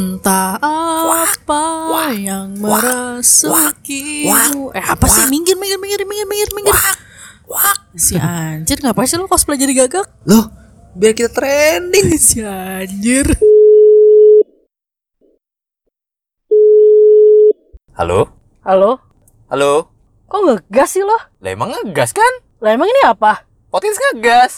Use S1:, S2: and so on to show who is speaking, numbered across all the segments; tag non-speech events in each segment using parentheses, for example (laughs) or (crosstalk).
S1: Entah apa yang merasukimu. Eh apa sih? Minggir, minggir, minggir, minggir, minggir, minggir. Si anjir, ngapain sih lo cosplay jadi (laughs) gagak?
S2: Loh, biar kita trending.
S1: Si anjir.
S2: Halo?
S3: Halo?
S2: Halo?
S3: Kok ngegas sih lo?
S2: Lah emang ngegas kan?
S3: Lah emang ini apa?
S2: Podcast ngegas.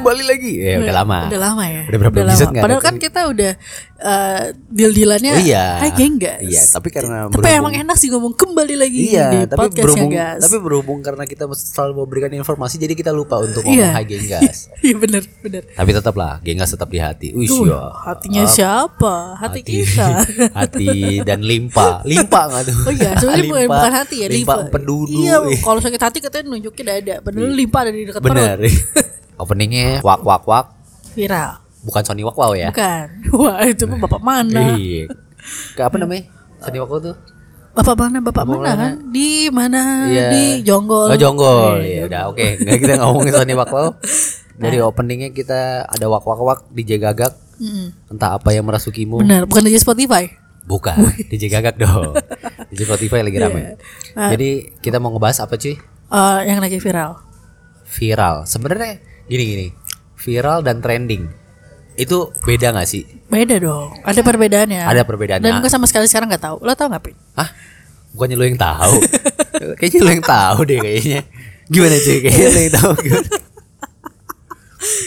S2: Kembali lagi. Ya udah lama.
S1: Udah lama ya.
S2: Udah berapa
S1: lama.
S2: episode nggak ada
S1: Padahal kan
S2: tuh?
S1: kita udah eh, deal-dealannya.
S2: Oh, iya.
S1: Hai geng guys.
S2: Iya, tapi karena
S1: tapi
S2: berhubung-
S1: emang enak sih ngomong kembali lagi di
S2: Iya, tapi
S1: podcast
S2: berhubung,
S1: ya guys.
S2: tapi berhubung karena kita selalu memberikan informasi, jadi kita lupa untuk ngomong
S1: Iya.
S2: hai genggas.
S1: (laughs) Iya bener, bener.
S2: tapi tetaplah, genggas tetap di hati. Uish,
S1: Tuh,
S2: ya.
S1: hatinya siapa? Hati, kita.
S2: (laughs) hati dan limpa, limpa nggak tuh?
S1: Oh iya, sebenarnya bukan,
S2: Limpa,
S1: bukan hati ya,
S2: limpa
S1: limpa.
S2: pendulu.
S1: Iya,
S2: (laughs)
S1: kalau sakit hati katanya nunjuknya dada, padahal limpa ada di dekat
S2: Bener.
S1: perut.
S2: (laughs) Openingnya wak wak wak,
S1: Viral.
S2: bukan Sony wak wow ya?
S1: Bukan. (laughs) Wah, itu mah bapak mana?
S2: Iya. Ke apa namanya? Sony wak wow tuh?
S1: Bapak mana? Bapak, mana, kan? Di mana? Di Jonggol.
S2: Oh, jonggol.
S1: Iya,
S2: Ya udah oke, nggak kita ngomongin Sony wak
S1: (laughs)
S2: wow. Dari openingnya kita ada wak wak wak DJ Gagak. Entah apa yang merasukimu.
S1: Benar, bukan aja Spotify.
S2: Bukan, DJ
S1: (laughs)
S2: Gagak dong. DJ Spotify lagi rame.
S1: Iya. Nah.
S2: Jadi kita mau ngebahas apa
S1: Eh,
S2: cuy?
S1: yang lagi viral.
S2: Viral. Sebenarnya gini gini. Viral dan trending. Itu beda gak sih?
S1: Beda dong. Ada perbedaannya.
S2: Ada perbedaannya.
S1: Ya. Dan gue sama sekali sekarang nggak tahu. Lo tahu nggak, Pin?
S2: Hah? Bukannya lu yang tahu.
S1: (laughs)
S2: kayaknya lu yang tahu deh kayaknya. Gimana cuy? Kayaknya lu yang
S1: (laughs)
S2: tahu. Gimana?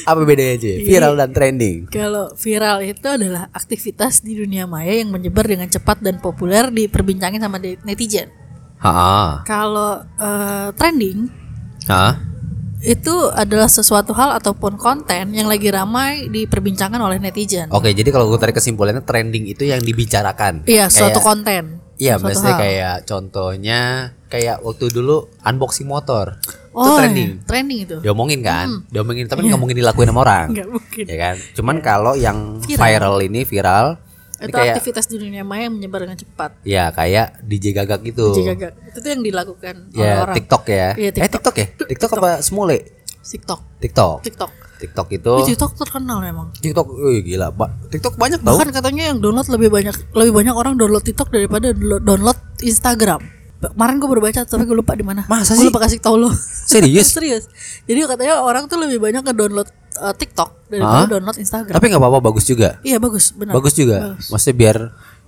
S2: Apa bedanya
S1: Iya.
S2: cuy? Viral dan trending.
S1: Kalau viral itu adalah aktivitas di dunia maya yang menyebar dengan cepat dan populer diperbincangin sama de- netizen.
S2: Ha.
S1: Kalau eh, trending
S2: Ha.
S1: itu adalah sesuatu hal ataupun konten yang lagi ramai diperbincangkan oleh netizen.
S2: Oke, jadi kalau gue tarik kesimpulannya trending itu yang dibicarakan.
S1: Iya, suatu
S2: Kayak-
S1: konten.
S2: Iya,
S1: Suatu
S2: maksudnya
S1: hal.
S2: kayak contohnya kayak waktu dulu unboxing motor. itu
S1: Oh,
S2: trending.
S1: iya, trending itu.
S2: Diomongin kan? Diomongin tapi nggak mungkin dilakuin sama orang.
S1: Hmm. (laughs) Nggak mungkin. Iya.
S2: Ya kan? Cuman kalau yang
S1: Viral.
S2: viral ini viral ini
S1: Itu
S2: kayak
S1: aktivitas di dunia maya yang menyebar dengan cepat.
S2: ya kayak DJ Gagak gitu.
S1: Jaga gak- Itu tuh yang dilakukan oleh
S2: Ya,
S1: orang.
S2: TikTok ya.
S1: Iya,
S2: Eh, TikTok ya? Tiktok apa semule?
S1: TikTok.
S2: TikTok.
S1: TikTok.
S2: TikTok
S1: Ih,
S2: itu
S1: TikTok terkenal memang.
S2: TikTok, wih gila, ba- TikTok banyak tau
S1: Bahkan katanya yang download lebih banyak lebih banyak orang download TikTok daripada download- download Instagram. Kemarin gue baru baca tapi gue lupa di mana.
S2: Masa
S1: Gue
S2: sih?
S1: lupa kasih tau lo.
S2: Serius?
S1: (laughs) Serius. Jadi katanya orang tuh lebih banyak nge-download eh, TikTok daripada
S2: Hah?
S1: download Instagram.
S2: Tapi nggak apa-apa, bagus juga.
S1: Iya bagus, benar.
S2: Bagus juga. Maksudnya biar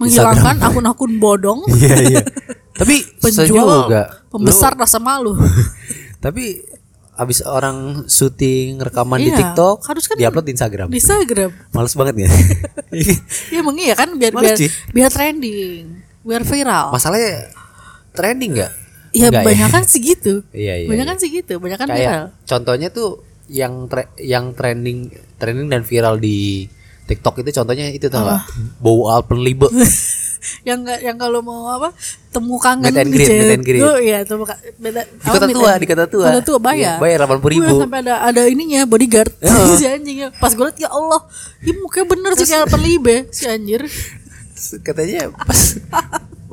S1: Menghilangkan akun-akun bodong, (laughs)
S2: Instagram- (laughs) Iya, iya. Tapi susah
S1: penjual,
S2: juga.
S1: pembesar rasa malu.
S2: Tapi abis orang syuting rekaman di
S1: Iya,
S2: TikTok,
S1: harus kan
S2: diupload di Instagram.
S1: Di Instagram.
S2: Males
S1: (laughs)
S2: banget ya.
S1: Ya emang iya kan biar biar,
S2: Males sih.
S1: biar trending, biar viral.
S2: (laughs) Masalahnya trending nggak?
S1: Ya
S2: Nggak
S1: banyak kan segitu.
S2: Iya, iya,
S1: Banyak kan segitu, banyak kan
S2: Kayak
S1: viral. (laughs)
S2: contohnya tuh yang tre- yang trending trending dan viral di TikTok itu contohnya itu tau nggak? Bau Alpen
S1: (laughs)
S2: Libe.
S1: yang nggak yang kalau mau apa temu kangen
S2: Meet and
S1: di
S2: greet,
S1: chat.
S2: meet and greet.
S1: Oh, iya temu ka- beda,
S2: Di Kota Tua, di Kota Tua.
S1: Kota Tua bayar.
S2: Iya, bayar 80.000.
S1: Wah, sampai ada ada ininya
S2: (laughs)
S1: bodyguard. (laughs) si anjing ya. Pas gue liat ya Allah, ya mukanya bener sih kayak pelibe si anjir.
S2: Terus katanya pas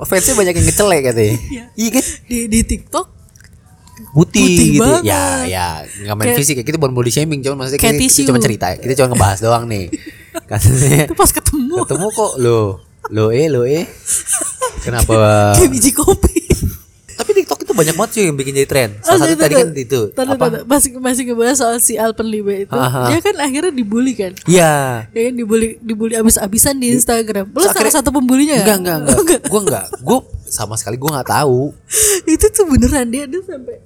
S2: fansnya banyak yang ngecelek katanya.
S1: Iya.
S2: Iya kan?
S1: Di di TikTok
S2: Putih,
S1: Putih
S2: gitu.
S1: banget.
S2: Ya, ya, nggak main
S1: Kayak-
S2: fisik ya. Kita bukan body shaming, cuman maksudnya
S1: Kayak
S2: kita, kita
S1: tisu.
S2: cuma cerita. ya. Kita cuma
S1: (laughs)
S2: ngebahas doang nih. Katanya
S1: itu pas ketemu
S2: ketemu kok lo. Lo eh, lo
S1: (laughs)
S2: eh. Kenapa?
S1: kayak biji kopi.
S2: Tapi TikTok itu banyak banget sih yang bikin jadi tren. (laughs)
S1: Oh,
S2: Salah satu tadi kan itu
S1: Tadi,
S2: apa?
S1: tadi, masih masih ngebahas soal si Alpen Libe itu.
S2: Aha.
S1: Dia kan akhirnya dibully kan.
S2: Iya.
S1: Ya kan dibully dibully abis-abisan di Instagram. Lo salah
S2: Akhirnya-
S1: satu pembulinya
S2: Enggak,
S1: kan?
S2: enggak, enggak. Gua enggak. Gua sama sekali gua nggak tahu.
S1: (laughs) itu tuh beneran dia dia sampai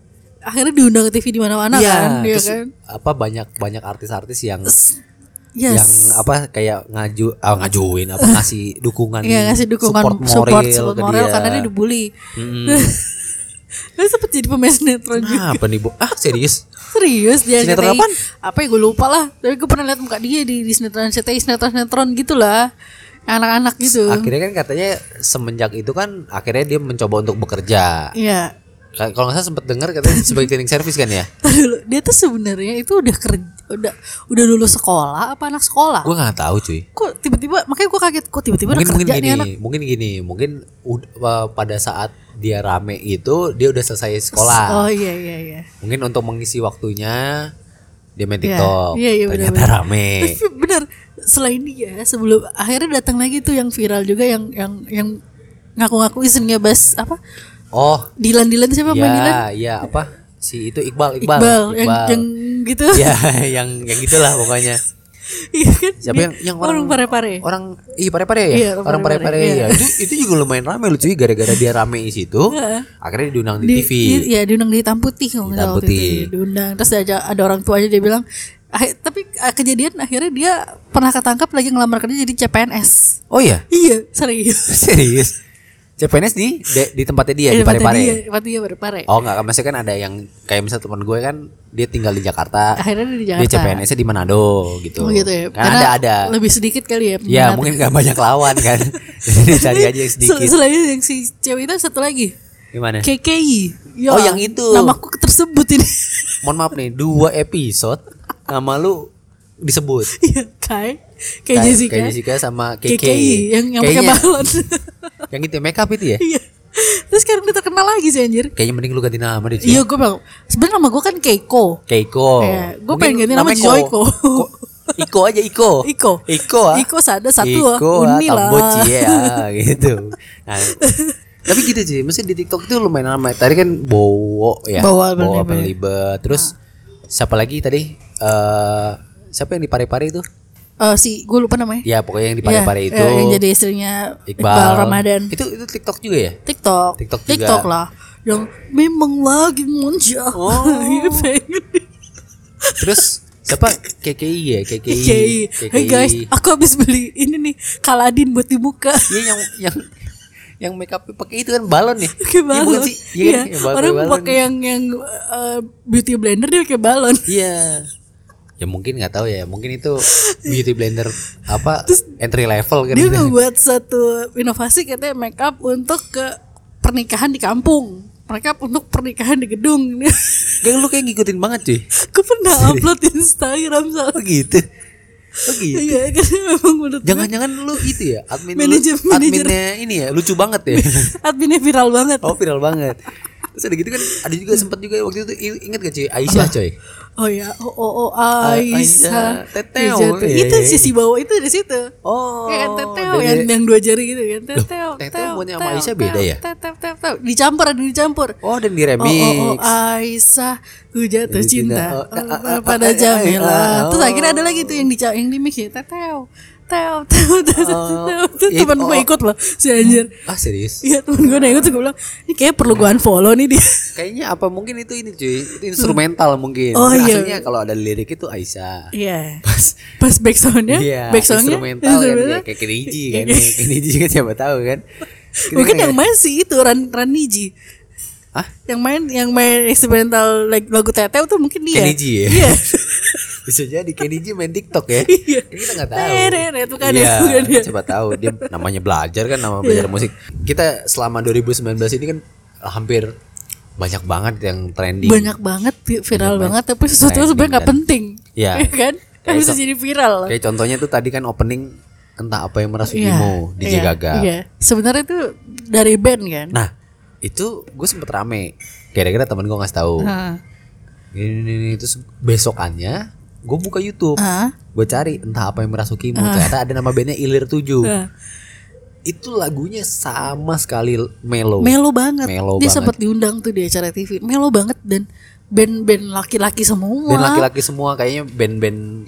S1: akhirnya diundang ke TV di mana-mana kan dia
S2: Iya. terus
S1: kan
S2: apa banyak banyak artis-artis yang
S1: yes
S2: yang apa kayak ngaju ah, ngajuin
S1: (laughs)
S2: apa ngasih dukungan
S1: Iya, ngasih dukungan support support, support
S2: ke
S1: moral karena dia dibully (laughs) Dia sempet jadi pemain sinetron juga
S2: Nah, apa nih bu ah serius
S1: Serius dia NCTI.
S2: Sinetron apaan?
S1: Apa ya gue lupa lah Tapi gue pernah lihat muka dia di, di sinetron CTI Sinetron-sinetron gitu lah Anak-anak gitu
S2: akhirnya kan katanya semenjak itu kan akhirnya dia mencoba untuk bekerja
S1: Iya
S2: Ka- kalau nggak salah sempat dengar katanya sebagai cleaning service kan ya
S1: Ntar dulu Dia tuh sebenarnya itu udah kerja Udah udah lulus sekolah apa anak sekolah
S2: gue nggak tahu cuy
S1: Kok tiba-tiba Makanya gue kaget Kok tiba-tiba udah
S2: mungkin mungkin
S1: kerja
S2: gini
S1: nih anak
S2: mungkin gini mungkin ud- uh, pada saat dia rame itu dia udah selesai sekolah
S1: Oh iya iya iya
S2: mungkin untuk mengisi waktunya dia main TikTok
S1: Iya, iya,
S2: ternyata
S1: benar-benar. (laughs)
S2: rame
S1: Tapi bener selain dia sebelum akhirnya datang lagi tuh yang viral juga yang yang yang ngaku-ngaku istrinya Bas apa
S2: oh
S1: Dilan Dilan siapa Bang Dilan?
S2: ya ya apa si itu Iqbal Iqbal,
S1: Iqbal, yang yang
S2: (laughs)
S1: gitu.
S2: ya yang yang gitulah pokoknya
S1: (laughs) Iya kan?
S2: siapa
S1: Dia-
S2: yang yang orang
S1: pare-pare.
S2: orang iya pare pare ya
S1: Iya,
S2: orang pare pare
S1: pare-pare, iya.
S2: ya itu itu juga lumayan rame lucu gara-gara dia rame di
S1: (laughs)
S2: situ akhirnya diundang di,
S1: Iya. Di-
S2: TV
S1: di- ya diundang di hitam putih kalau nggak
S2: Iya, Hitam
S1: salah waktu itu.
S2: Putih.
S1: diundang terus ada ada orang tuanya dia bilang "Ah, tapi ah, kejadian akhirnya dia pernah ketangkap lagi ngelamar kerja jadi CPNS
S2: oh ya
S1: iya serius
S2: (laughs) serius CPNS di de- di tempatnya dia Iya, di pare
S1: tempat
S2: pare
S1: dia tempat dia pare-pare
S2: oh nggak maksudnya kan ada yang kayak misalnya teman gue kan dia tinggal di Jakarta
S1: akhirnya dia (laughs) di
S2: dia
S1: Jakarta
S2: CPNS-nya di Manado
S1: Oh,
S2: gitu
S1: gitu ya
S2: kan ada ada
S1: lebih sedikit kali ya
S2: ya
S1: peminat.
S2: mungkin nggak banyak lawan
S1: (laughs)
S2: kan (laughs) jadi cari aja yang
S1: Sel-
S2: iya, sedikit
S1: selain yang si cewek itu satu lagi
S2: gimana
S1: KKI
S2: Oh, yang itu.
S1: Ya, namaku tersebut ini (laughs)
S2: mohon maaf nih dua episode nama lu disebut
S1: Iya, Kai kayak
S2: Kayak-
S1: Jessica
S2: kayak Jessica sama KKI.
S1: yang yang pakai
S2: Kayaknya-
S1: balon
S2: (laughs) yang itu ya, make up itu ya
S1: iya terus sekarang dia terkenal lagi sih anjir
S2: kayaknya mending lu ganti nama deh Ci.
S1: iya gue bilang sebenarnya nama gue kan Keiko
S2: Keiko
S1: Iya, gua
S2: Mungkin
S1: pengen ganti nama
S2: namanya
S1: Joyko.
S2: Ko- Iko aja Iko
S1: Iko
S2: Iko ah.
S1: Iko sada satu
S2: Iko
S1: ah.
S2: ah,
S1: Uni lah
S2: Tambot, Cie, ah, gitu
S1: (laughs)
S2: Nah, tapi gitu sih mesti di TikTok tuh lumayan lama tadi kan Bowo ya
S1: Bowo Ah. Alban Liber.
S2: Liber. terus siapa lagi tadi Eh, siapa yang di pare-pare itu
S1: Eh, si gue lupa namanya
S2: ya pokoknya yang di pare-pare
S1: Iya,
S2: itu
S1: eh, yang jadi istrinya Iqbal, Ramadan
S2: Itu itu TikTok juga ya?
S1: TikTok
S2: TikTok juga.
S1: TikTok lah yang memang lagi muncul (laughs) Iya, Ini pengen
S2: Terus siapa KKI ya? KKI.
S1: KKI. Hey guys, aku habis beli ini nih Kaladin buat di muka. (laughs)
S2: Iya yang yang yang make up pakai itu kan balon ya.
S1: Pakai
S2: Iya,
S1: balon.
S2: bukan sih? Iya, kan? Yang balon-
S1: orang
S2: balon.
S1: pakai yang yang uh, beauty blender dia pakai balon.
S2: Iya. Ya mungkin nggak tahu ya, mungkin itu beauty blender apa entry level kan.
S1: Dia membuat satu inovasi katanya make up untuk ke pernikahan di kampung. Mereka untuk pernikahan di gedung. (laughs)
S2: Kayak lu kayak ngikutin banget cuy.
S1: Aku pernah upload di Instagram soalnya.
S2: Oh gitu. Oh gitu.
S1: Iya, (laughs) karena memang menurut gue
S2: Jangan-jangan lu itu ya admin lu-
S1: Manajer- manajer.
S2: adminnya ini ya lucu banget ya.
S1: adminnya viral banget.
S2: Oh viral banget. Terus ada gitu kan ada juga sempat juga waktu itu i- ingat gak cuy Aisyah coy.
S1: Oh ya, oh oh, oh Aisyah,
S2: Aisyah, Teteo.
S1: Aisyah,
S2: Iya,
S1: itu
S2: iya, iya.
S1: sisi bawah itu dari situ.
S2: Oh.
S1: ya kan teteo yang, yang dua jari gitu kan teteo
S2: teteo bukannya sama Aisyah beda ya?
S1: teteo teteo teteo. dicampur ada yang dicampur
S2: Oh
S1: Oh,
S2: dan diremix.
S1: oh, oh, Aisyah, ku jatuh
S2: Jadi
S1: cinta
S2: cinta. Oh, ah, ah, ah,
S1: (laughs)
S2: (laughs)
S1: pada
S2: ah, ah,
S1: Jamila. Terus
S2: oh.
S1: akhirnya ada lagi tuh yang di yang di mix ya, teteo, teo, teo, teo, teo. Itu
S2: it-
S1: teman gue
S2: oh.
S1: ikut loh, si anjir.
S2: Ah serius?
S1: Iya temen gue naik ikut, gue bilang, ini kayaknya perlu gue unfollow nih dia. (laughs)
S2: Kayaknya apa mungkin itu ini cuy Itu instrumental mungkin
S1: Oh,
S2: Mungkin
S1: iya.
S2: Aslinya kalau ada lirik itu Aisyah
S1: Iya. Pas back soundnya, Iya? back soundnya,
S2: Iya, instrumental kan ya, Kayak
S1: (laughs)
S2: Keniji kan ya. Keniji kan siapa tahu kan Kita
S1: Mungkin
S2: kan
S1: yang
S2: nggak-
S1: main sih itu Ran Raniji.
S2: Hah?
S1: Yang main yang main eksperimental lag- lagu Teteu tuh mungkin dia.
S2: Keniji ya? (laughs)
S1: Iya.
S2: (laughs) Bisa jadi Keniji main tiktok ya
S1: (laughs) Iya.
S2: Kan Kita nggak tahu Iya,
S1: Teret, bukan ya, bukan Iya. ya.
S2: Siapa tahu Dia namanya belajar kan Nama belajar musik Kita selama 2019 ini kan Hampir Banyak banget yang trending
S1: Banyak banget vi- viral banget tapi sesuatu
S2: Trending
S1: sebenarnya nggak
S2: dan-
S1: penting. (laughs)
S2: Iya.
S1: kan? Kan
S2: Kayak
S1: bisa
S2: so-
S1: jadi viral.
S2: Kayak contohnya tuh tadi kan opening Entah apa yang merasukimu
S1: Iya,
S2: DJ
S1: iya,
S2: Gaga
S1: Iya. Sebenarnya itu dari band kan?
S2: Nah itu gue sempet rame Kira-kira temen gue ngasih tahu
S1: Heeh.
S2: Gini, gini, gini. Terus besokannya gue buka YouTube
S1: Heeh.
S2: Gue cari entah apa yang merasukimu Ternyata ada nama bandnya Ilir 7
S1: Heeh.
S2: Itu lagunya sama sekali melo
S1: Melo banget.
S2: Melo
S1: dia
S2: banget.
S1: sempat diundang tuh di acara TV. Melo banget dan band-band laki-laki semua.
S2: Dan laki-laki semua kayaknya band-band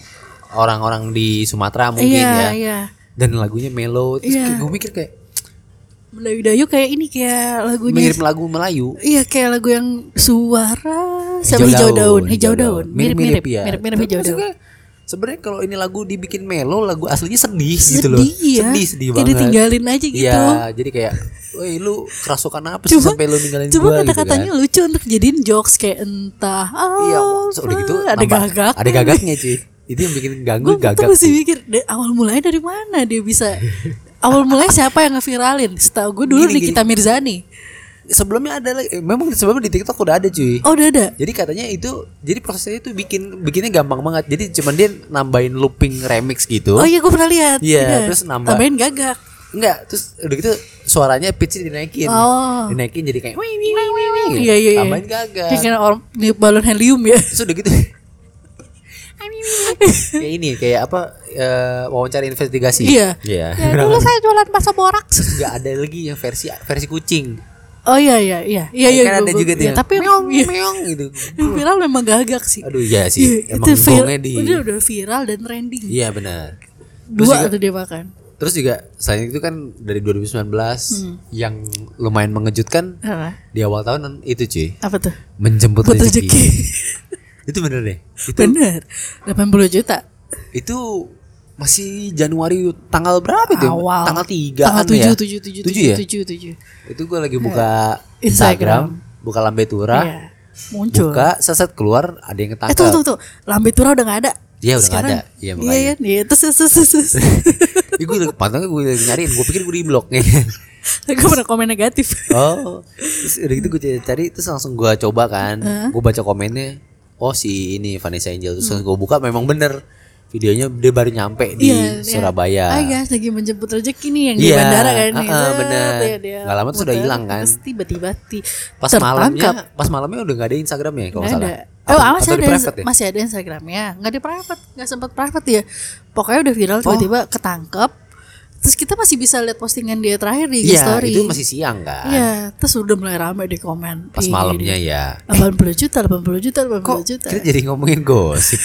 S2: orang-orang di Sumatera mungkin
S1: Iya,
S2: ya
S1: iya.
S2: Dan lagunya melo Terus
S1: Iya.
S2: gue mikir kayak
S1: Melayu Dayu kayak ini kayak lagunya
S2: mirip lagu Melayu
S1: Iya kayak lagu yang suara sama hijau, daun, hijau daun,
S2: mirip-mirip ya.
S1: mirip-mirip
S2: Tapi
S1: hijau daun.
S2: maksudnya Sebenarnya kalau ini lagu dibikin melo, lagu aslinya sedih, gitu loh.
S1: Sedih ya,
S2: Sedih, sedih
S1: kayak
S2: banget.
S1: ditinggalin aja gitu.
S2: Iya, jadi kayak, "Woi, lu kerasukan apa sih
S1: Cuma,
S2: sampai lu ninggalin
S1: cuma
S2: gua?"
S1: kata-katanya
S2: gitu kan.
S1: lucu untuk jadiin jokes kayak entah
S2: Iya,
S1: apa.
S2: so, udah gitu
S1: ada
S2: nambah-
S1: gagak.
S2: Ada gagaknya, cuy. Itu yang bikin ganggu
S1: Gue
S2: gagak.
S1: tuh masih
S2: cuy.
S1: mikir "Da- awal mulanya dari mana dia bisa. awal mulanya siapa yang ngeviralin? Setahu gue dulu
S2: Gini,
S1: Nikita Mirzani.
S2: Sebelumnya ada lagi, eh, memang sebelumnya di TikTok udah ada, cuy.
S1: Oh udah ada.
S2: Jadi katanya itu, jadi prosesnya itu bikin bikinnya gampang banget. Jadi cuman dia nambahin looping remix gitu.
S1: Oh iya gue pernah lihat.
S2: Iya,
S1: Udah.
S2: terus nambah.
S1: Tambahin gagak.
S2: Enggak, terus udah gitu suaranya pitch dinaikin.
S1: Oh.
S2: Dinaikin jadi kayak wih wih wih wih.
S1: Iya iya. iya.
S2: Tambahin gagak.
S1: Kayak kena orang- balon helium ya.
S2: Terus udah gitu (laughs) kayak ini kayak apa eh, wawancara investigasi
S1: Iya.
S2: iya
S1: Ya, dulu saya jualan bakso boraks.
S2: nggak ada lagi yang versi versi kucing
S1: Oh iya iya iya. Iya iya.
S2: kan
S1: gua-
S2: ada
S1: gua-
S2: juga tuh
S1: iya,
S2: yang
S1: Tapi
S2: meong
S1: iya,
S2: meong gitu
S1: yang viral memang gagak sih.
S2: aduh iya sih
S1: Iya,
S2: emang
S1: vir-
S2: gongnya di
S1: udah udah viral dan trending.
S2: iya benar terus
S1: Dua
S2: juga,
S1: tuh dia makan.
S2: terus juga selain itu kan dari 2019
S1: Hmm.
S2: yang lumayan mengejutkan
S1: Apa?
S2: di awal tahun itu cuy
S1: Apa tuh?
S2: menjemput
S1: Buat
S2: rezeki.
S1: rezeki.
S2: (laughs) itu bener deh itu
S1: Bener. 80 juta.
S2: itu masih Januari tanggal berapa itu? ya,
S1: Awal.
S2: Tanggal 3
S1: Tanggal
S2: ya?
S1: tujuh tujuh tujuh tujuh
S2: ya?
S1: tujuh tujuh. Iya.
S2: Itu gue lagi buka
S1: Instagram.
S2: Instagram, buka lambe tura,
S1: Iya. Muncul.
S2: buka seset keluar ada
S1: Eh
S2: yang ketangkap.
S1: tuh tuh tuh, lambe tura udah gak ada.
S2: Iya, udah nggak
S1: Sekarang.
S2: ada. Iya, makanya.
S1: Iya kan? Iya terus terus terus.
S2: (laughs)
S1: terus.
S2: Ih, gue lagi- pantangnya gue lagi nyariin, gue pikir gue di blok
S1: (laughs) Gue pernah komen negatif.
S2: Oh, terus udah gitu gue cari, terus langsung gue coba kan, gue baca komennya, oh si ini Vanessa Angel, terus
S1: Hmm.
S2: gue buka memang bener videonya dia baru nyampe di
S1: Iya, iya.
S2: Surabaya.
S1: Ah guys lagi menjemput rezeki nih yang di
S2: Iya,
S1: bandara kan.
S2: ah,
S1: nih.
S2: ah,
S1: Zet,
S2: bener.
S1: ya dia
S2: Nggak lama tuh sudah
S1: muter,
S2: hilang kan.
S1: Terus tiba-tiba ti-
S2: pas
S1: tertangkap.
S2: malamnya pas malamnya udah nggak ada Instagramnya kalau nggak
S1: Nggak ada.
S2: salah
S1: Oh, awas
S2: atau di
S1: ada
S2: private ya?
S1: masih ada Instagramnya, nggak di private, nggak sempat private ya. Pokoknya udah
S2: Oh.
S1: viral tiba-tiba ketangkep. Terus kita masih bisa lihat postingan dia terakhir di IG
S2: iya
S1: story.
S2: itu masih siang kan
S1: Iya, terus udah mulai rame di komen.
S2: pas
S1: Ih,
S2: malamnya ya
S1: 80 juta, 80 juta, 80
S2: kok
S1: juta.
S2: kita jadi ngomongin gosip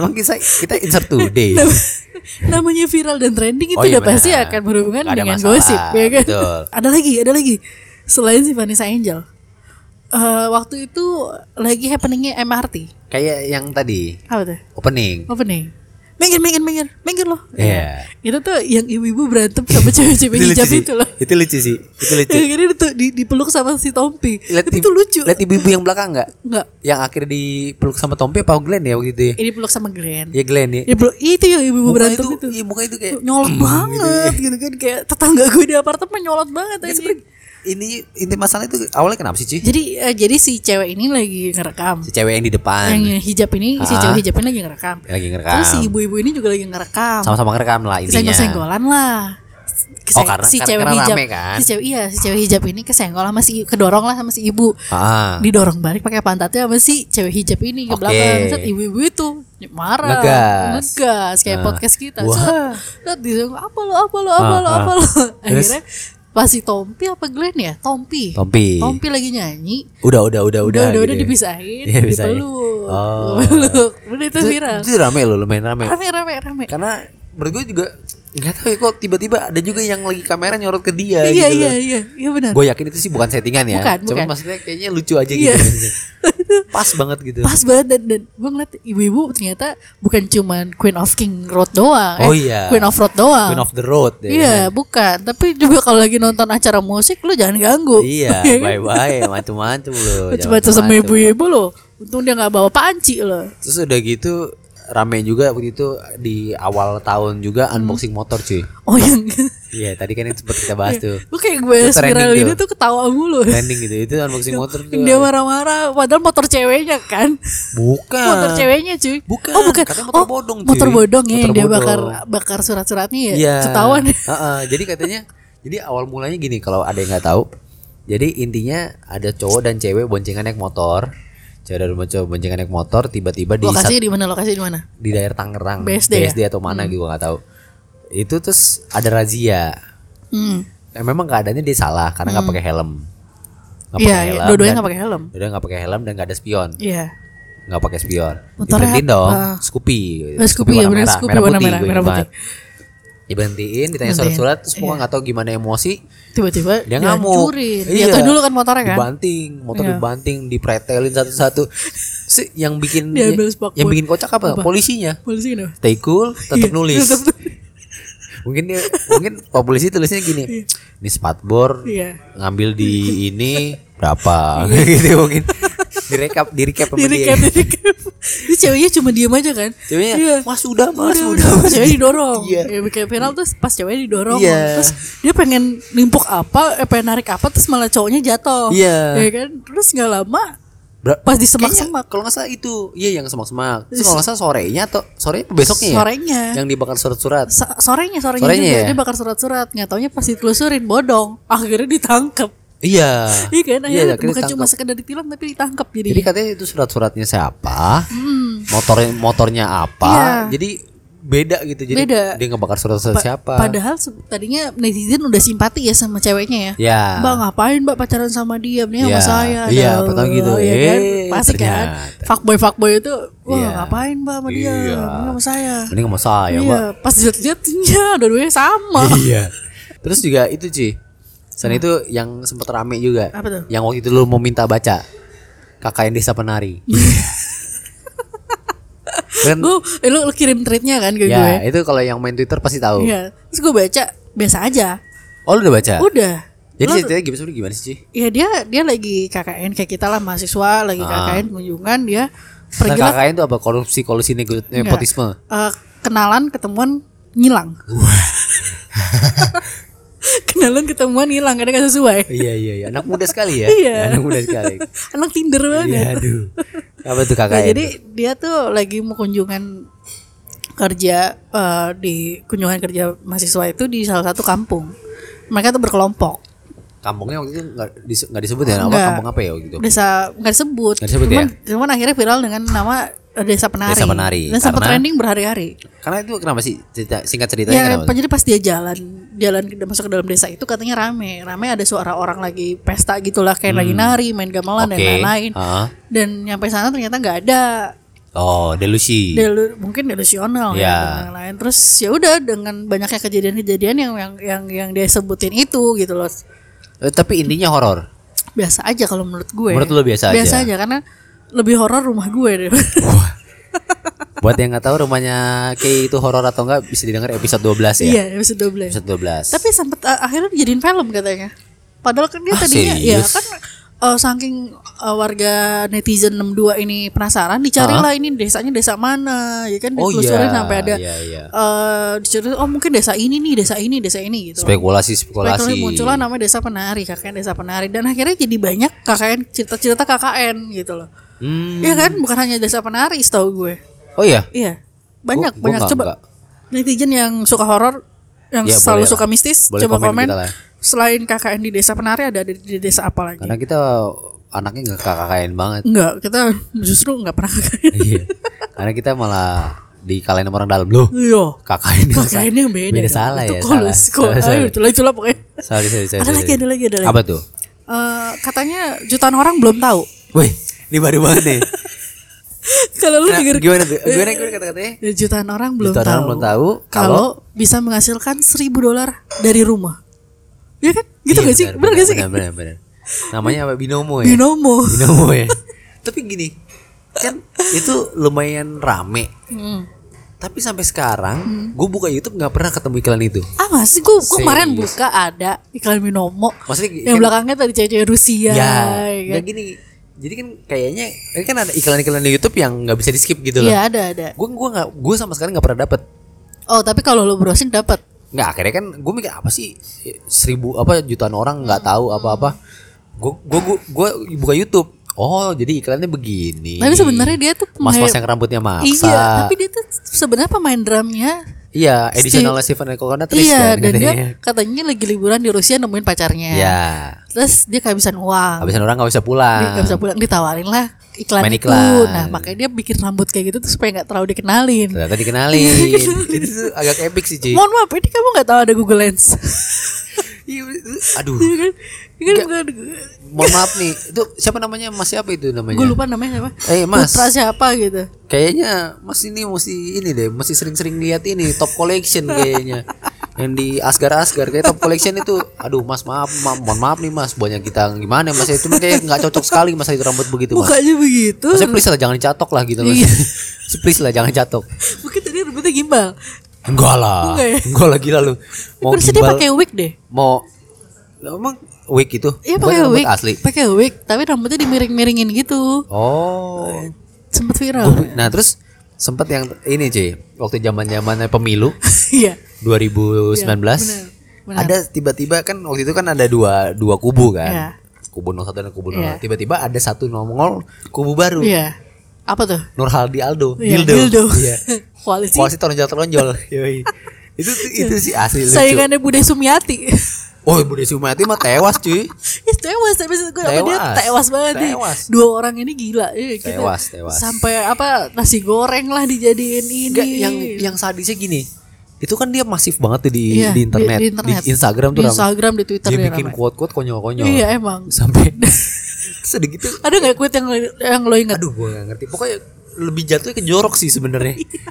S2: emang kita kita insert today
S1: (laughs) Namanya viral dan trending itu
S2: Oh, iya
S1: udah pasti
S2: benar.
S1: akan berhubungan
S2: Nggak ada
S1: dengan
S2: masalah,
S1: gosip, ya kan?
S2: betul.
S1: Ada lagi, ada lagi. Selain si Vanessa Angel, eh, waktu itu lagi happeningnya MRT.
S2: kayak yang tadi
S1: Apa tuh?
S2: opening
S1: Opening. Minggir, minggir, minggir, minggir loh.
S2: Iya.
S1: Itu tuh yang ibu-ibu berantem
S2: (laughs)
S1: sama cewek-cewek
S2: lucu
S1: hijab
S2: sih.
S1: itu loh.
S2: itu lucu sih itu lucu
S1: Yang akhirnya itu di, dipeluk sama si Tompi.
S2: Lihat
S1: Tapi (laughs)
S2: ibu-
S1: itu lucu.
S2: lihat ibu-ibu yang belakang nggak
S1: Enggak.
S2: yang akhir dipeluk sama Tompi apa Glenn ya waktu itu ya
S1: Ini peluk sama Glenn.
S2: ya Glenn ya
S1: Dipeluk- itu yang ibu-ibu
S2: Mukanya
S1: Iya, berantem itu.
S2: iya, mukanya itu kayak
S1: Nyolot banget gitu kan kayak tetangga gue di apartemen nyolot banget
S2: Kan
S1: aja.
S2: sebenarnya ini inti masalah itu awalnya kenapa sih cuy
S1: Jadi eh, jadi si cewek ini lagi ngerekam.
S2: si cewek yang di depan
S1: Yang hijab ini si
S2: Ah.
S1: cewek hijab ini lagi ngerekam.
S2: yang lagi ngerekam
S1: Terus si ibu-ibu ini juga lagi ngerekam.
S2: sama-sama ngerekam lah intinya
S1: senggol-senggolan lah.
S2: Oh, karena-
S1: si
S2: karena-
S1: cewek
S2: karena
S1: hijab,
S2: rame kan?
S1: si cewek iya, si cewek hijab ini kesenggol sama si kedorong lah sama si ibu.
S2: Ah.
S1: Didorong balik pakai pantatnya sama si cewek hijab ini ke
S2: Oke.
S1: belakang. Set, ibu-ibu itu marah,
S2: Ngegas.
S1: ngegas kayak
S2: Ah.
S1: podcast kita.
S2: Wah.
S1: Set, disengol, apa lo, apa lo, apa
S2: Ah,
S1: lo,
S2: ah.
S1: apa lo. (laughs)
S2: Terus?
S1: Akhirnya pas si Tompi apa Glenn ya? Tompi.
S2: Tompi.
S1: Tompi lagi nyanyi.
S2: Udah, udah, udah, udah.
S1: Udah, udah, udah
S2: gitu ya.
S1: dipisahin,
S2: Iya, pisahin.
S1: dipeluk. (laughs)
S2: Oh.
S1: Dipeluk. Udah itu
S2: Itu-
S1: viral.
S2: Itu rame loh, lumayan rame.
S1: Rame, rame, rame.
S2: Karena menurut gue juga nggak tahu ya kok tiba-tiba ada juga yang lagi kamera nyorot ke dia.
S1: Iya, iya,
S2: gitu loh.
S1: iya. Iya benar.
S2: Gue yakin itu sih bukan settingan ya.
S1: Bukan,
S2: Cuma
S1: bukan.
S2: maksudnya kayaknya lucu aja gitu. (laughs)
S1: Iya.
S2: Pas banget gitu.
S1: pas banget dan, dan gue ngeliat ibu-ibu ternyata bukan cuman Queen of King Road doang eh,
S2: Oh iya.
S1: Queen of Road doang
S2: Queen of the road. ya
S1: iya
S2: kan?
S1: bukan tapi juga kalau lagi nonton acara musik lu jangan ganggu
S2: Iya,
S1: (laughs) Iya kan?
S2: bye-bye, macam-macam loh.
S1: cuma itu sama ibu-ibu lo untung dia nggak bawa panci lo
S2: Terus udah gitu rame juga waktu itu di awal tahun juga
S1: Hmm.
S2: unboxing motor cuy.
S1: (laughs) oh yang
S2: Iya, tadi kan yang sempat kita bahas
S1: (laughs)
S2: tuh.
S1: lu kayak gue
S2: Itu trending
S1: spiral ini
S2: tuh.
S1: tuh ketawa mulu
S2: Trending gitu. Itu unboxing motor tuh.
S1: (laughs) dia marah-marah padahal motor ceweknya kan
S2: Bukan.
S1: motor ya? ceweknya cuy
S2: Bukan,
S1: oh bukan
S2: katanya motor
S1: oh,
S2: bodong, cuy.
S1: motor bodong ya
S2: Motor
S1: yang dia
S2: bodong.
S1: bakar bakar surat-suratnya ya
S2: Iya.
S1: ketahuan
S2: (laughs) Heeh, jadi katanya jadi awal mulanya gini kalau ada yang nggak tahu. Jadi intinya ada cowok dan cewek boncengan naik motor. Cewek dan cowok boncengan naik motor tiba-tiba di sat-
S1: lokasinya di mana lokasinya di mana
S2: di daerah Tangerang,
S1: BSD ya?
S2: atau mana gitu gua nggak tahu. Itu terus ada razia.
S1: hmm.
S2: Eh, memang keadaannya dia salah karena nggak pakai helm. Nggak
S1: Iya,
S2: pakai
S1: iya.
S2: helm
S1: dua-duanya
S2: dan-
S1: nggak pakai helm.
S2: Dua-duanya nggak pakai helm dan nggak ada spion.
S1: Iya.
S2: nggak pakai spion.
S1: Motor
S2: Diberhentiin
S1: apa?
S2: dong,
S1: Ah.
S2: Scoopy.
S1: Eh, Scoopy ya, bener, Scoopy warna merah,
S2: gue
S1: merah
S2: ingat
S1: putih.
S2: banget. Diberhentiin, ditanya
S1: Berhentiin,
S2: surat-surat, terus pokoknya nggak tahu gimana emosi,
S1: Tiba-tiba
S2: dia ngamuk.
S1: dihancurin.
S2: Iya.
S1: Jatuh dulu kan motornya kan.
S2: Dibanting, motor
S1: Iya.
S2: dibanting, dipretelin satu-satu. (laughs) Si, yang bikin
S1: Diambil spakbor.
S2: yang bikin kocak apa? Polisinya.
S1: Polisi kan? kenapa?
S2: Stay cool, tetap
S1: Iya,
S2: nulis.
S1: tetap nulis.
S2: (laughs) mungkin dia, mungkin Pak polisi tulisnya gini. Ini spatbor
S1: Iya. (laughs)
S2: ngambil (laughs) di ini berapa (laughs) gitu mungkin direkap direkap sama
S1: Di
S2: dia.
S1: recap, (laughs) di recap. Ini ceweknya cuma diem aja kan.
S2: Ceweknya,
S1: Iya.
S2: mas udah mas
S1: Udah,
S2: udah mas.
S1: ceweknya didorong.
S2: Iya.
S1: Ya, kayak viral terus pas ceweknya didorong.
S2: Iya.
S1: Terus dia pengen nimpuk apa, eh, pengen narik apa terus malah cowoknya jatuh.
S2: Iya.
S1: Ya kan? Terus nggak lama
S2: Bra-
S1: pas
S2: Kayaknya
S1: disemak-semak
S2: kalau nggak salah itu, iya yang semak-semak. Terus kalau nggak salah sorenya atau sore besoknya ya?
S1: Sorenya.
S2: Yang dibakar surat-surat.
S1: Sa- sorenya sorenya,
S2: Sorenya
S1: juga
S2: ya?
S1: dia bakar surat-surat nggak taunya pas ditelusurin bodong akhirnya ditangkep
S2: Iya.
S1: iya kan akhirnya
S2: akhirnya
S1: bukan cuma
S2: ditangkap.
S1: sekedar ditilang tapi ditangkep jadi
S2: Jadi katanya itu surat-suratnya siapa? motornya motornya apa
S1: Hmm. Iya.
S2: jadi beda gitu jadi
S1: Beda.
S2: dia ngebakar surat
S1: Pa-
S2: surat siapa
S1: Padahal se- tadinya netizen udah simpati ya sama ceweknya ya.
S2: ya
S1: Mbak ngapain mbak pacaran sama dia Mending sama
S2: Iya,
S1: saya
S2: iya,
S1: dong."
S2: pertama gitu.
S1: Iya kan?
S2: Eh,
S1: Pasti kan
S2: ternyata.
S1: Fuckboy fuckboy itu Wah
S2: Iya.
S1: ngapain mbak sama dia
S2: Iya.
S1: Mending sama saya
S2: mending sama saya
S1: Iya
S2: mbak
S1: Pas jatuh-jatuhnya (laughs) Dua-duanya sama
S2: iya terus juga itu sih selain itu yang sempet rame juga
S1: Apa tuh?
S2: yang waktu itu lu mau minta baca kakak yang desa
S1: (laughs)
S2: penari kan
S1: Gue eh, lu, lu kirim tweetnya kan ke gue
S2: ya itu kalau yang main twitter pasti tahu
S1: Iya Terus gue baca Biasa aja
S2: oh lu udah baca
S1: Udah
S2: jadi
S1: Lo-
S2: ceritanya gimana sih gimana sih Ci?
S1: Ya dia dia lagi KKN kayak kita lah mahasiswa lagi
S2: Ah.
S1: KKN kunjungan dia
S2: Ntar
S1: pergilah
S2: KKN Nah, itu apa korupsi kolusi nego- nepotisme
S1: eh, kenalan ketemuan ngilang. (laughs) kenalan ketemuan ngilang karena gak
S2: (laughs)
S1: sesuai.
S2: Iya iya iya anak muda sekali ya.
S1: Iya.
S2: Anak muda sekali.
S1: Anak Tinder
S2: Iya
S1: banget.
S2: aduh. Apa tuh
S1: Nah,
S2: kakak?
S1: jadi dia tuh lagi mau kunjungan kerja eh, di kunjungan kerja mahasiswa itu di salah satu kampung. Mereka tuh berkelompok.
S2: kampungnya waktu itu nggak dis- nggak disebut ya nama
S1: Nggak.
S2: kampung apa ya waktu itu?
S1: Desa nggak disebut.
S2: Nggak disebut
S1: cuman,
S2: ya?
S1: cuman akhirnya viral dengan nama eh, Desa Penari.
S2: Desa Penari,
S1: Dan sempat
S2: karena-
S1: trending berhari-hari.
S2: Karena itu kenapa sih cerita singkat ceritanya
S1: Ya,
S2: kenapa?
S1: jadi pas dia jalan, jalan ke- masuk ke dalam desa itu katanya rame, rame ada suara orang lagi pesta gitulah kayak lagi nari, main gamelan dan
S2: Hmm. Oke.
S1: lain-lain.
S2: Ah.
S1: Dan nyampe sana ternyata nggak ada,
S2: Oh delusi.
S1: Delu- mungkin delusional
S2: Ya.
S1: ya dan lain-lain. Terus ya udah dengan banyaknya kejadian-kejadian yang yang yang yang dia sebutin itu gitu loh,
S2: Eh, tapi intinya horor.
S1: biasa aja kalau menurut gue.
S2: Menurut lo biasa aja?
S1: Biasa aja karena lebih horor rumah gue deh.
S2: Buat yang nggak tahu rumahnya Kay itu horor atau enggak bisa didengar episode 12 ya.
S1: (laughs) Iya, episode 12.
S2: Episode 12.
S1: Tapi sempat uh, akhirnya dijadiin film katanya. Padahal kan dia
S2: Ah,
S1: tadinya ya
S2: serius?
S1: kan uh, saking uh, warga netizen 62 ini penasaran dicarilah ini desanya desa mana ya kan
S2: Oh,
S1: ditelusurin
S2: iya,
S1: sampai ada
S2: iya, iya.
S1: uh, dicari oh mungkin desa ini nih, desa ini, desa ini gitu.
S2: spekulasi
S1: Akhirnya
S2: spekulasi.
S1: muncullah nama desa penari, KKN desa penari dan akhirnya jadi banyak KKN cerita-cerita KKN gitu loh.
S2: Hmm.
S1: Iya kan bukan hanya desa penari setahu gue.
S2: Oh iya.
S1: Iya. Banyak
S2: Gua- gua
S1: banyak
S2: nggak-
S1: coba
S2: nggak.
S1: netizen yang suka horor yang
S2: Ya,
S1: selalu
S2: boleh
S1: suka
S2: lah.
S1: mistis
S2: Boleh
S1: coba
S2: komen
S1: komen,
S2: kita lah. Kan.
S1: selain KKN di desa penari ada di, di desa apa lagi?
S2: Karena kita anaknya nggak kakak banget.
S1: Enggak, kita justru enggak pernah KKN.
S2: Iya. Karena kita malah di kalain sama orang dalam loh.
S1: Iya.
S2: KKN yang salah.
S1: KKN yang beda.
S2: Beda
S1: dong.
S2: salah
S1: itu
S2: ya,
S1: kolus,
S2: salah.
S1: kolus.
S2: Salah,
S1: Ayo,
S2: salah.
S1: itulah itulah pokoknya.
S2: Sorry, sorry, sorry,
S1: Ada
S2: sorry.
S1: lagi, ada lagi, ada lagi.
S2: Apa tuh?
S1: Eh, katanya jutaan orang belum
S2: (laughs)
S1: tahu.
S2: Wih, ini baru banget
S1: (laughs)
S2: nih.
S1: Kalau lu
S2: Nah,
S1: denger
S2: gimana tuh? Gimana gimana kata-katanya?
S1: Ya, jutaan orang belum
S2: Jutaan
S1: tahu.
S2: orang belum tahu
S1: kalau bisa menghasilkan seribu dolar dari rumah. Iya kan? Gitu
S2: Iya,
S1: gak sih? Bener gak sih?
S2: Benar, benar, benar. Namanya apa? Binomo ya.
S1: Binomo.
S2: Binomo ya. (laughs) Tapi gini, kan itu lumayan rame.
S1: Hmm.
S2: Tapi sampai sekarang, gue buka YouTube nggak pernah ketemu iklan itu.
S1: Ah masih gue gue kemarin
S2: Serius.
S1: buka ada iklan Binomo.
S2: Maksudnya
S1: yang
S2: kan-
S1: belakangnya tadi cewek-cewek Rusia.
S2: ya,
S1: ya
S2: nggak
S1: kan?
S2: gini. Jadi kan kayaknya ini kan ada iklan-iklan di YouTube yang nggak bisa di skip gitu
S1: Iya
S2: loh.
S1: ada ada.
S2: Gue gua nggak gue sama sekali nggak pernah dapet.
S1: Oh tapi kalau lo browsing dapat.
S2: nggak akhirnya kan gue mikir apa sih seribu apa jutaan orang nggak
S1: Hmm.
S2: tahu apa-apa gue gue gue buka YouTube oh jadi iklannya begini
S1: Tapi sebenarnya dia tuh
S2: mas-mas
S1: pemain-
S2: yang rambutnya maksa
S1: Iya tapi dia tuh sebenarnya pemain drumnya.
S2: iya edisionalnya Stephen Econometrist
S1: iya
S2: kan
S1: dan
S2: katanya.
S1: dia katanya lagi liburan di Rusia nemuin pacarnya.
S2: ya
S1: Terus dia kehabisan uang.
S2: habisan orang nggak bisa
S1: Dia
S2: pulang
S1: nggak bisa pulang ditawarin lah iklan
S2: Main
S1: itu.
S2: iklan.
S1: Nah makanya dia bikin rambut kayak gitu tuh supaya nggak terlalu dikenalin.
S2: ternyata
S1: (laughs)
S2: dikenalin itu tuh agak epic sih Ci.
S1: Iya. Mohon maaf ini kamu nggak tahu ada Google
S2: (laughs)
S1: Lens.
S2: Iya, itu- aduh
S1: Iya kan? Iya kan? bukan-
S2: mohon maaf nih itu siapa namanya mas siapa itu namanya
S1: Gue lupa namanya siapa.
S2: Eh, Mas.
S1: Putra siapa gitu.
S2: Kayaknya Mas ini mesti ini deh, mesti sering-sering lihat ini top collection kayaknya. Yang di Asgar-Asgar kayak top collection itu aduh Mas maaf, ma mohon maaf nih Mas, banyak kita gimana Mas itu kayak nggak cocok sekali Mas itu rambut begitu Gitu, Mas.
S1: Mukanya begitu.
S2: Mas please lah jangan dicatok lah gitu loh.
S1: Iya.
S2: (laughs) please lah jangan catok.
S1: Mungkin tadi rambutnya gimbal.
S2: Enggak lah.
S1: Enggak ya?
S2: Enggak lah gila lu. Mau
S1: Harusnya dia
S2: gimbal,
S1: pakai wig deh.
S2: mau Lah, emang wig itu
S1: Iya
S2: Bukan
S1: pakai
S2: rambut
S1: wig.
S2: asli.
S1: Pakai wig, tapi rambutnya dimiring-miringin gitu.
S2: Oh.
S1: Sempet viral.
S2: Gua- Nah, terus sempat yang ini cuy, waktu zaman-zamannya pemilu
S1: (laughs) Iya.
S2: 2019
S1: Iya, benar, benar.
S2: ada tiba-tiba kan waktu itu kan ada dua dua kubu kan
S1: Iya.
S2: kubu 01 dan kubu
S1: Iya.
S2: 02 tiba-tiba ada satu nongol kubu baru
S1: Iya. Apa tuh?
S2: Nurhaldi Aldo
S1: Iya, Iya.
S2: Dildo,
S1: (laughs)
S2: Iya.
S1: Koalisi.
S2: koalisi tonjol tonjol itu itu sih asli lucu
S1: Saingannya Bude Sumiati. (laughs)
S2: Oh Ibu Desi Umayati mah tewas cuy
S1: Ya tewas tapi maksud gue apa dia
S2: Tewas.
S1: tewas banget nih.
S2: Tewas.
S1: Dua orang ini gila. Iya, kita
S2: Tewas, tewas.
S1: Sampai apa nasi goreng lah dijadiin ini.
S2: Enggak yang yang sadisnya gini Itu kan dia masif banget tuh di,
S1: Iya,
S2: di, internet.
S1: di
S2: di
S1: internet.
S2: Instagram tuh
S1: Di
S2: ramai.
S1: Instagram, di Twitter
S2: Dia
S1: dia
S2: bikin
S1: ramai.
S2: quote-quote konyol-konyol
S1: Iya emang. (laughs)
S2: Sampai Sedikit tuh
S1: Ada nggak quote yang lo- yang lo inget?
S2: Aduh gue gak ngerti Pokoknya lebih jatuhnya ke jorok sih sebenarnya.
S1: Iya.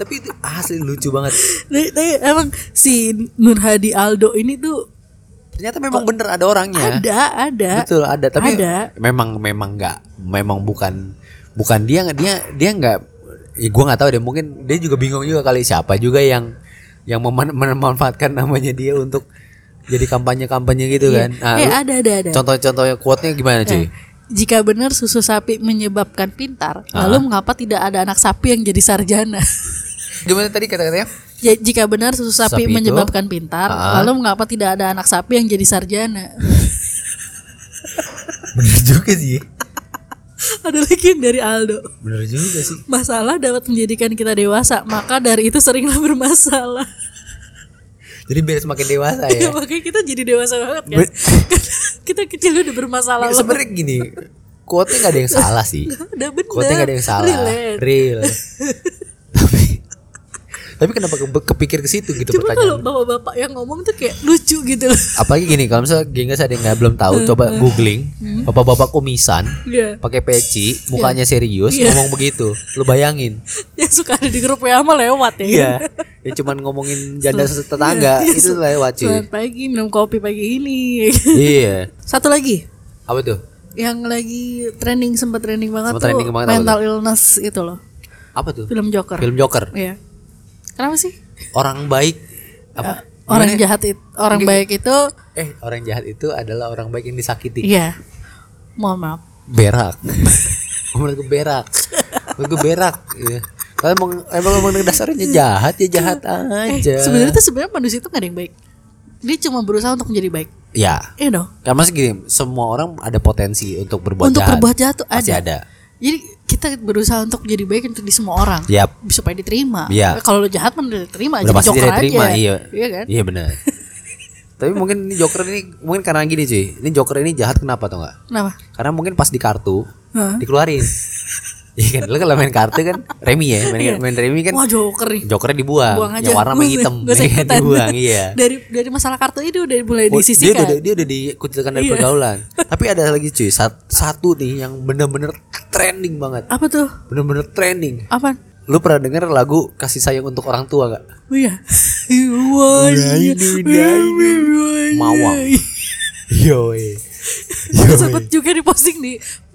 S2: Tapi itu asli lucu banget
S1: Tapi- tapi emang si Nur Hadi Aldo ini tuh
S2: Ternyata memang bener ada orangnya
S1: ada ada.
S2: Ya. Betul ada
S1: Eh,
S2: Tapi
S1: Ada.
S2: memang memang nggak Memang bukan Bukan dia nggak- Dia dia nggak ya gue nggak tahu deh mungkin dia juga bingung juga kali siapa juga yang yang meman- memanfaatkan namanya dia untuk jadi kampanye kampanye gitu kan Nah,
S1: eh
S2: lu-
S1: ada ada ada.
S2: Contoh-contohnya quote-nya gimana cuy?
S1: Eh, Jika benar susu sapi menyebabkan pintar,
S2: Ah.
S1: lalu mengapa tidak ada anak sapi yang jadi sarjana? (laughs)
S2: Gimana tadi kata-katanya?
S1: Ya, jika benar susu sapi,
S2: Sapi itu-
S1: menyebabkan pintar,
S2: Ah.
S1: lalu mengapa tidak ada anak sapi yang jadi sarjana? (laughs)
S2: Bener juga sih
S1: ada lagi yang dari Aldo.
S2: Bener juga sih
S1: Masalah dapat menjadikan kita dewasa, maka dari itu seringlah bermasalah.
S2: Jadi biar semakin dewasa
S1: Ya,
S2: ya
S1: (laughs) makanya kita jadi dewasa banget kan.
S2: Bet-
S1: (laughs) kita kecil udah bermasalah.
S2: Ya,
S1: loh.
S2: Sebenernya gini Quote-nya gak ada yang salah sih
S1: Udah bener.
S2: Quote-nya gak ada yang salah
S1: Relate. (laughs)
S2: Real Tapi Tapi kenapa ke- kepikir ke situ gitu
S1: Cuma kalau
S2: pertanyaan
S1: bapak-bapak yang ngomong tuh kayak lucu gitu loh. (laughs)
S2: Apalagi gini Kalau misalnya genggas ada yang gak belum tahu Coba googling Bapak-bapak kumisan
S1: Hmm. Iya.
S2: pakai peci Mukanya serius
S1: Iya.
S2: Ngomong begitu Lu bayangin
S1: Yang suka ada di grup WA mah lewat ya.
S2: Iya Ya cuman ngomongin janda tetangga
S1: Iya,
S2: Itu ya, lewat cuy
S1: Selamat pagi minum kopi pagi ini. (laughs)
S2: Iya
S1: Satu lagi
S2: Apa tuh?
S1: yang lagi trending sempat trending banget
S2: Sempat
S1: tuh
S2: trending banget apa
S1: mental illness itu loh.
S2: Apa tuh?
S1: Film Joker.
S2: Film Joker.
S1: Iya. Kenapa sih?
S2: Orang baik apa?
S1: Orang jahat itu, orang baik itu
S2: Eh, orang jahat itu adalah orang baik yang disakiti.
S1: iya. Mohon maaf.
S2: Berak. (laughs) Menurut gue berak. Menurut gue berak. Iya. Kalau emang emang emang dasarnya jahat ya jahat aja.
S1: Eh, sebenarnya tuh sebenarnya manusia itu gak ada yang baik. Dia cuma berusaha untuk menjadi baik.
S2: ya.
S1: Iya dong.
S2: Karena maksudnya gini, semua orang ada potensi untuk berbuat
S1: untuk
S2: jahat.
S1: berbuat jahat tuh
S2: Pasti
S1: ada.
S2: ada.
S1: Jadi kita berusaha untuk menjadi baik untuk di semua orang.
S2: Yap.
S1: Supaya diterima.
S2: Iya.
S1: Kalau lo jahat mah udah diterima
S2: Udah pasti
S1: joker
S2: tidak terima,
S1: aja.
S2: iya.
S1: Iya kan?
S2: Iya
S1: (laughs)
S2: benar. Tapi mungkin ini Joker ini mungkin karena gini cuy. Ini Joker ini jahat kenapa tau nggak?
S1: Kenapa?
S2: Karena mungkin pas di kartu
S1: Hah? (laughs)
S2: dikeluarin. Iya kan, lu kalau main kartu kan remi ya, main, main remi kan
S1: Iya. Wah joker nih.
S2: jokernya dibuang,
S1: Buang aja.
S2: yang warna sama hitam,
S1: Gak usah
S2: ya kan,
S1: ikutan.
S2: dibuang, iya.
S1: (laughs) Dari dari masalah kartu itu udah mulai
S2: Oh, dia
S1: disisihkan.
S2: udah dia udah dikucilkan dari
S1: Iya.
S2: pergaulan. Tapi ada lagi cuy, sat- satu nih yang bener-bener trending banget,
S1: Apa tuh?
S2: bener-bener trending.
S1: Apaan?
S2: Lu pernah denger lagu kasih sayang untuk orang tua
S1: (laughs)
S2: gak?
S1: Oh
S2: (laughs)
S1: iya. Wah, iya. (laughs)
S2: Mawang. Iya. Yoi.
S1: Itu sempet juga diposting di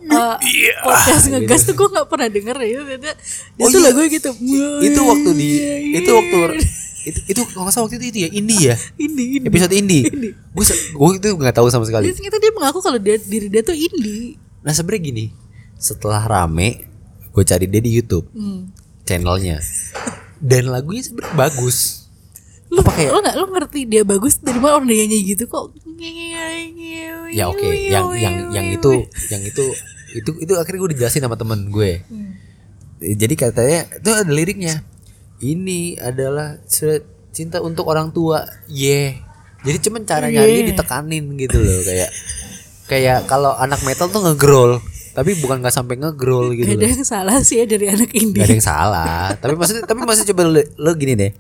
S1: uh,
S2: Iya.
S1: podcast ngegas tuh gue gak pernah denger ya ternyata dia
S2: Oh
S1: tuh
S2: iya.
S1: lagunya gitu iya,
S2: itu waktu di
S1: Oh,
S2: itu waktu itu itu kalau nggak salah waktu itu itu ya indie ya
S1: ini ini
S2: episode indie gue gue itu nggak tahu sama sekali
S1: Dia ternyata dia mengaku kalau dia diri dia tuh indie
S2: Nah sebenernya gini Setelah rame Gue cari dia di Youtube
S1: Hmm.
S2: Channelnya Dan lagunya sebenernya bagus
S1: lu
S2: Apa kayak-
S1: lu nggak lu ngerti dia bagus dari mana orang dia nyanyi gitu kok
S2: Ya oke Yang yang yang itu Yang itu Itu itu akhirnya gue dijelasin sama temen gue Jadi katanya Itu ada liriknya Ini adalah surat Cinta untuk orang tua Yeah Jadi cuman cara nyanyi ditekanin gitu loh Kayak Kayak kalau anak metal tuh ngegrol Tapi bukan nggak sampai ngegrol gitu
S1: gak
S2: loh
S1: ada yang salah sih ya dari anak indie
S2: Gak ada yang salah. tapi maksudnya tapi maksudnya coba lu, lu gini deh.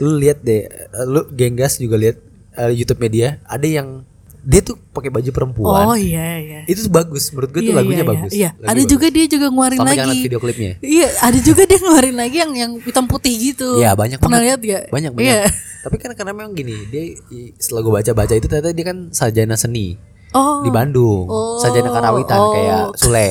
S2: Lu lihat deh, eh, lu genggas juga lihat eh, YouTube media, ada yang dia tuh pakai baju perempuan.
S1: oh iya iya
S2: Itu tuh bagus menurut gue
S1: Iya,
S2: tuh lagunya
S1: iya, iya.
S2: bagus.
S1: Iya,
S2: Lagunya
S1: ada
S2: bagus.
S1: juga dia juga ngeluarin
S2: Sampai
S1: lagi.
S2: jangan lihat video klipnya. ya?
S1: Iya, ada juga dia ngeluarin lagi yang yang hitam putih gitu.
S2: Iya, banyak
S1: Pernah
S2: banget.
S1: lihat gak?
S2: Banyak banyak.
S1: Iya.
S2: Tapi kan karena memang gini, dia i- setelah gue baca-baca itu ternyata dia kan sarjana seni
S1: Oh.
S2: di Bandung,
S1: Oh,
S2: sarjana karawitan
S1: oh.
S2: kayak Sule.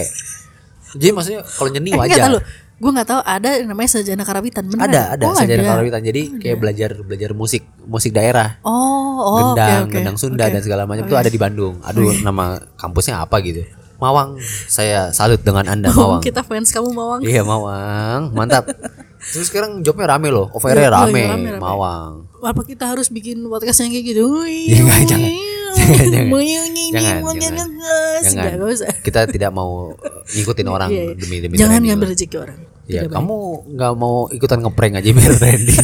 S2: Jadi maksudnya kalau nyeni
S1: Eh, enggak
S2: wajar.
S1: tahu. Gue nggak tahu ada yang namanya sarjana karawitan. Bener.
S2: ada ada
S1: oh,
S2: sarjana karawitan. Jadi kayak belajar belajar musik musik daerah.
S1: Oh, oh, oke,
S2: gendang,
S1: oke.
S2: gendang Sunda
S1: Oke.
S2: dan segala macam itu ada di Bandung. Aduh, nama kampusnya apa gitu? Mawang, saya salut dengan anda Mawang.
S1: Kita fans kamu Mawang.
S2: Iya Mawang, mantap. Terus sekarang jobnya rame loh, OVR
S1: Iya,
S2: rame,
S1: iya, rame, rame.
S2: Mawang.
S1: Apa kita harus bikin podcast yang kayak gitu?
S2: Ya, enggak, jangan. Jangan, jangan. Jangan, jangan.
S1: Enggak, enggak usah.
S2: Ya kan? Kita tidak mau eh, ngikutin orang
S1: Iya, iya.
S2: demi demi.
S1: Jangan
S2: trending
S1: ngambil
S2: lah.
S1: rezeki orang.
S2: Ya,
S1: Tidak baik.
S2: kamu nggak mau ikutan ngeprank aja biar trending.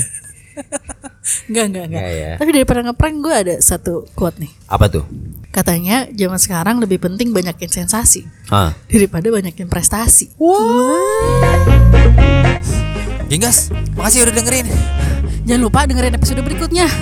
S1: Enggak, enggak, enggak.
S2: Nggak ya.
S1: Tapi daripada ngeprank gue ada satu quote nih.
S2: Apa tuh?
S1: Katanya zaman sekarang lebih penting banyakin sensasi
S2: Ah.
S1: daripada banyakin prestasi.
S2: Genggas, makasih udah dengerin.
S1: Jangan lupa dengerin episode berikutnya.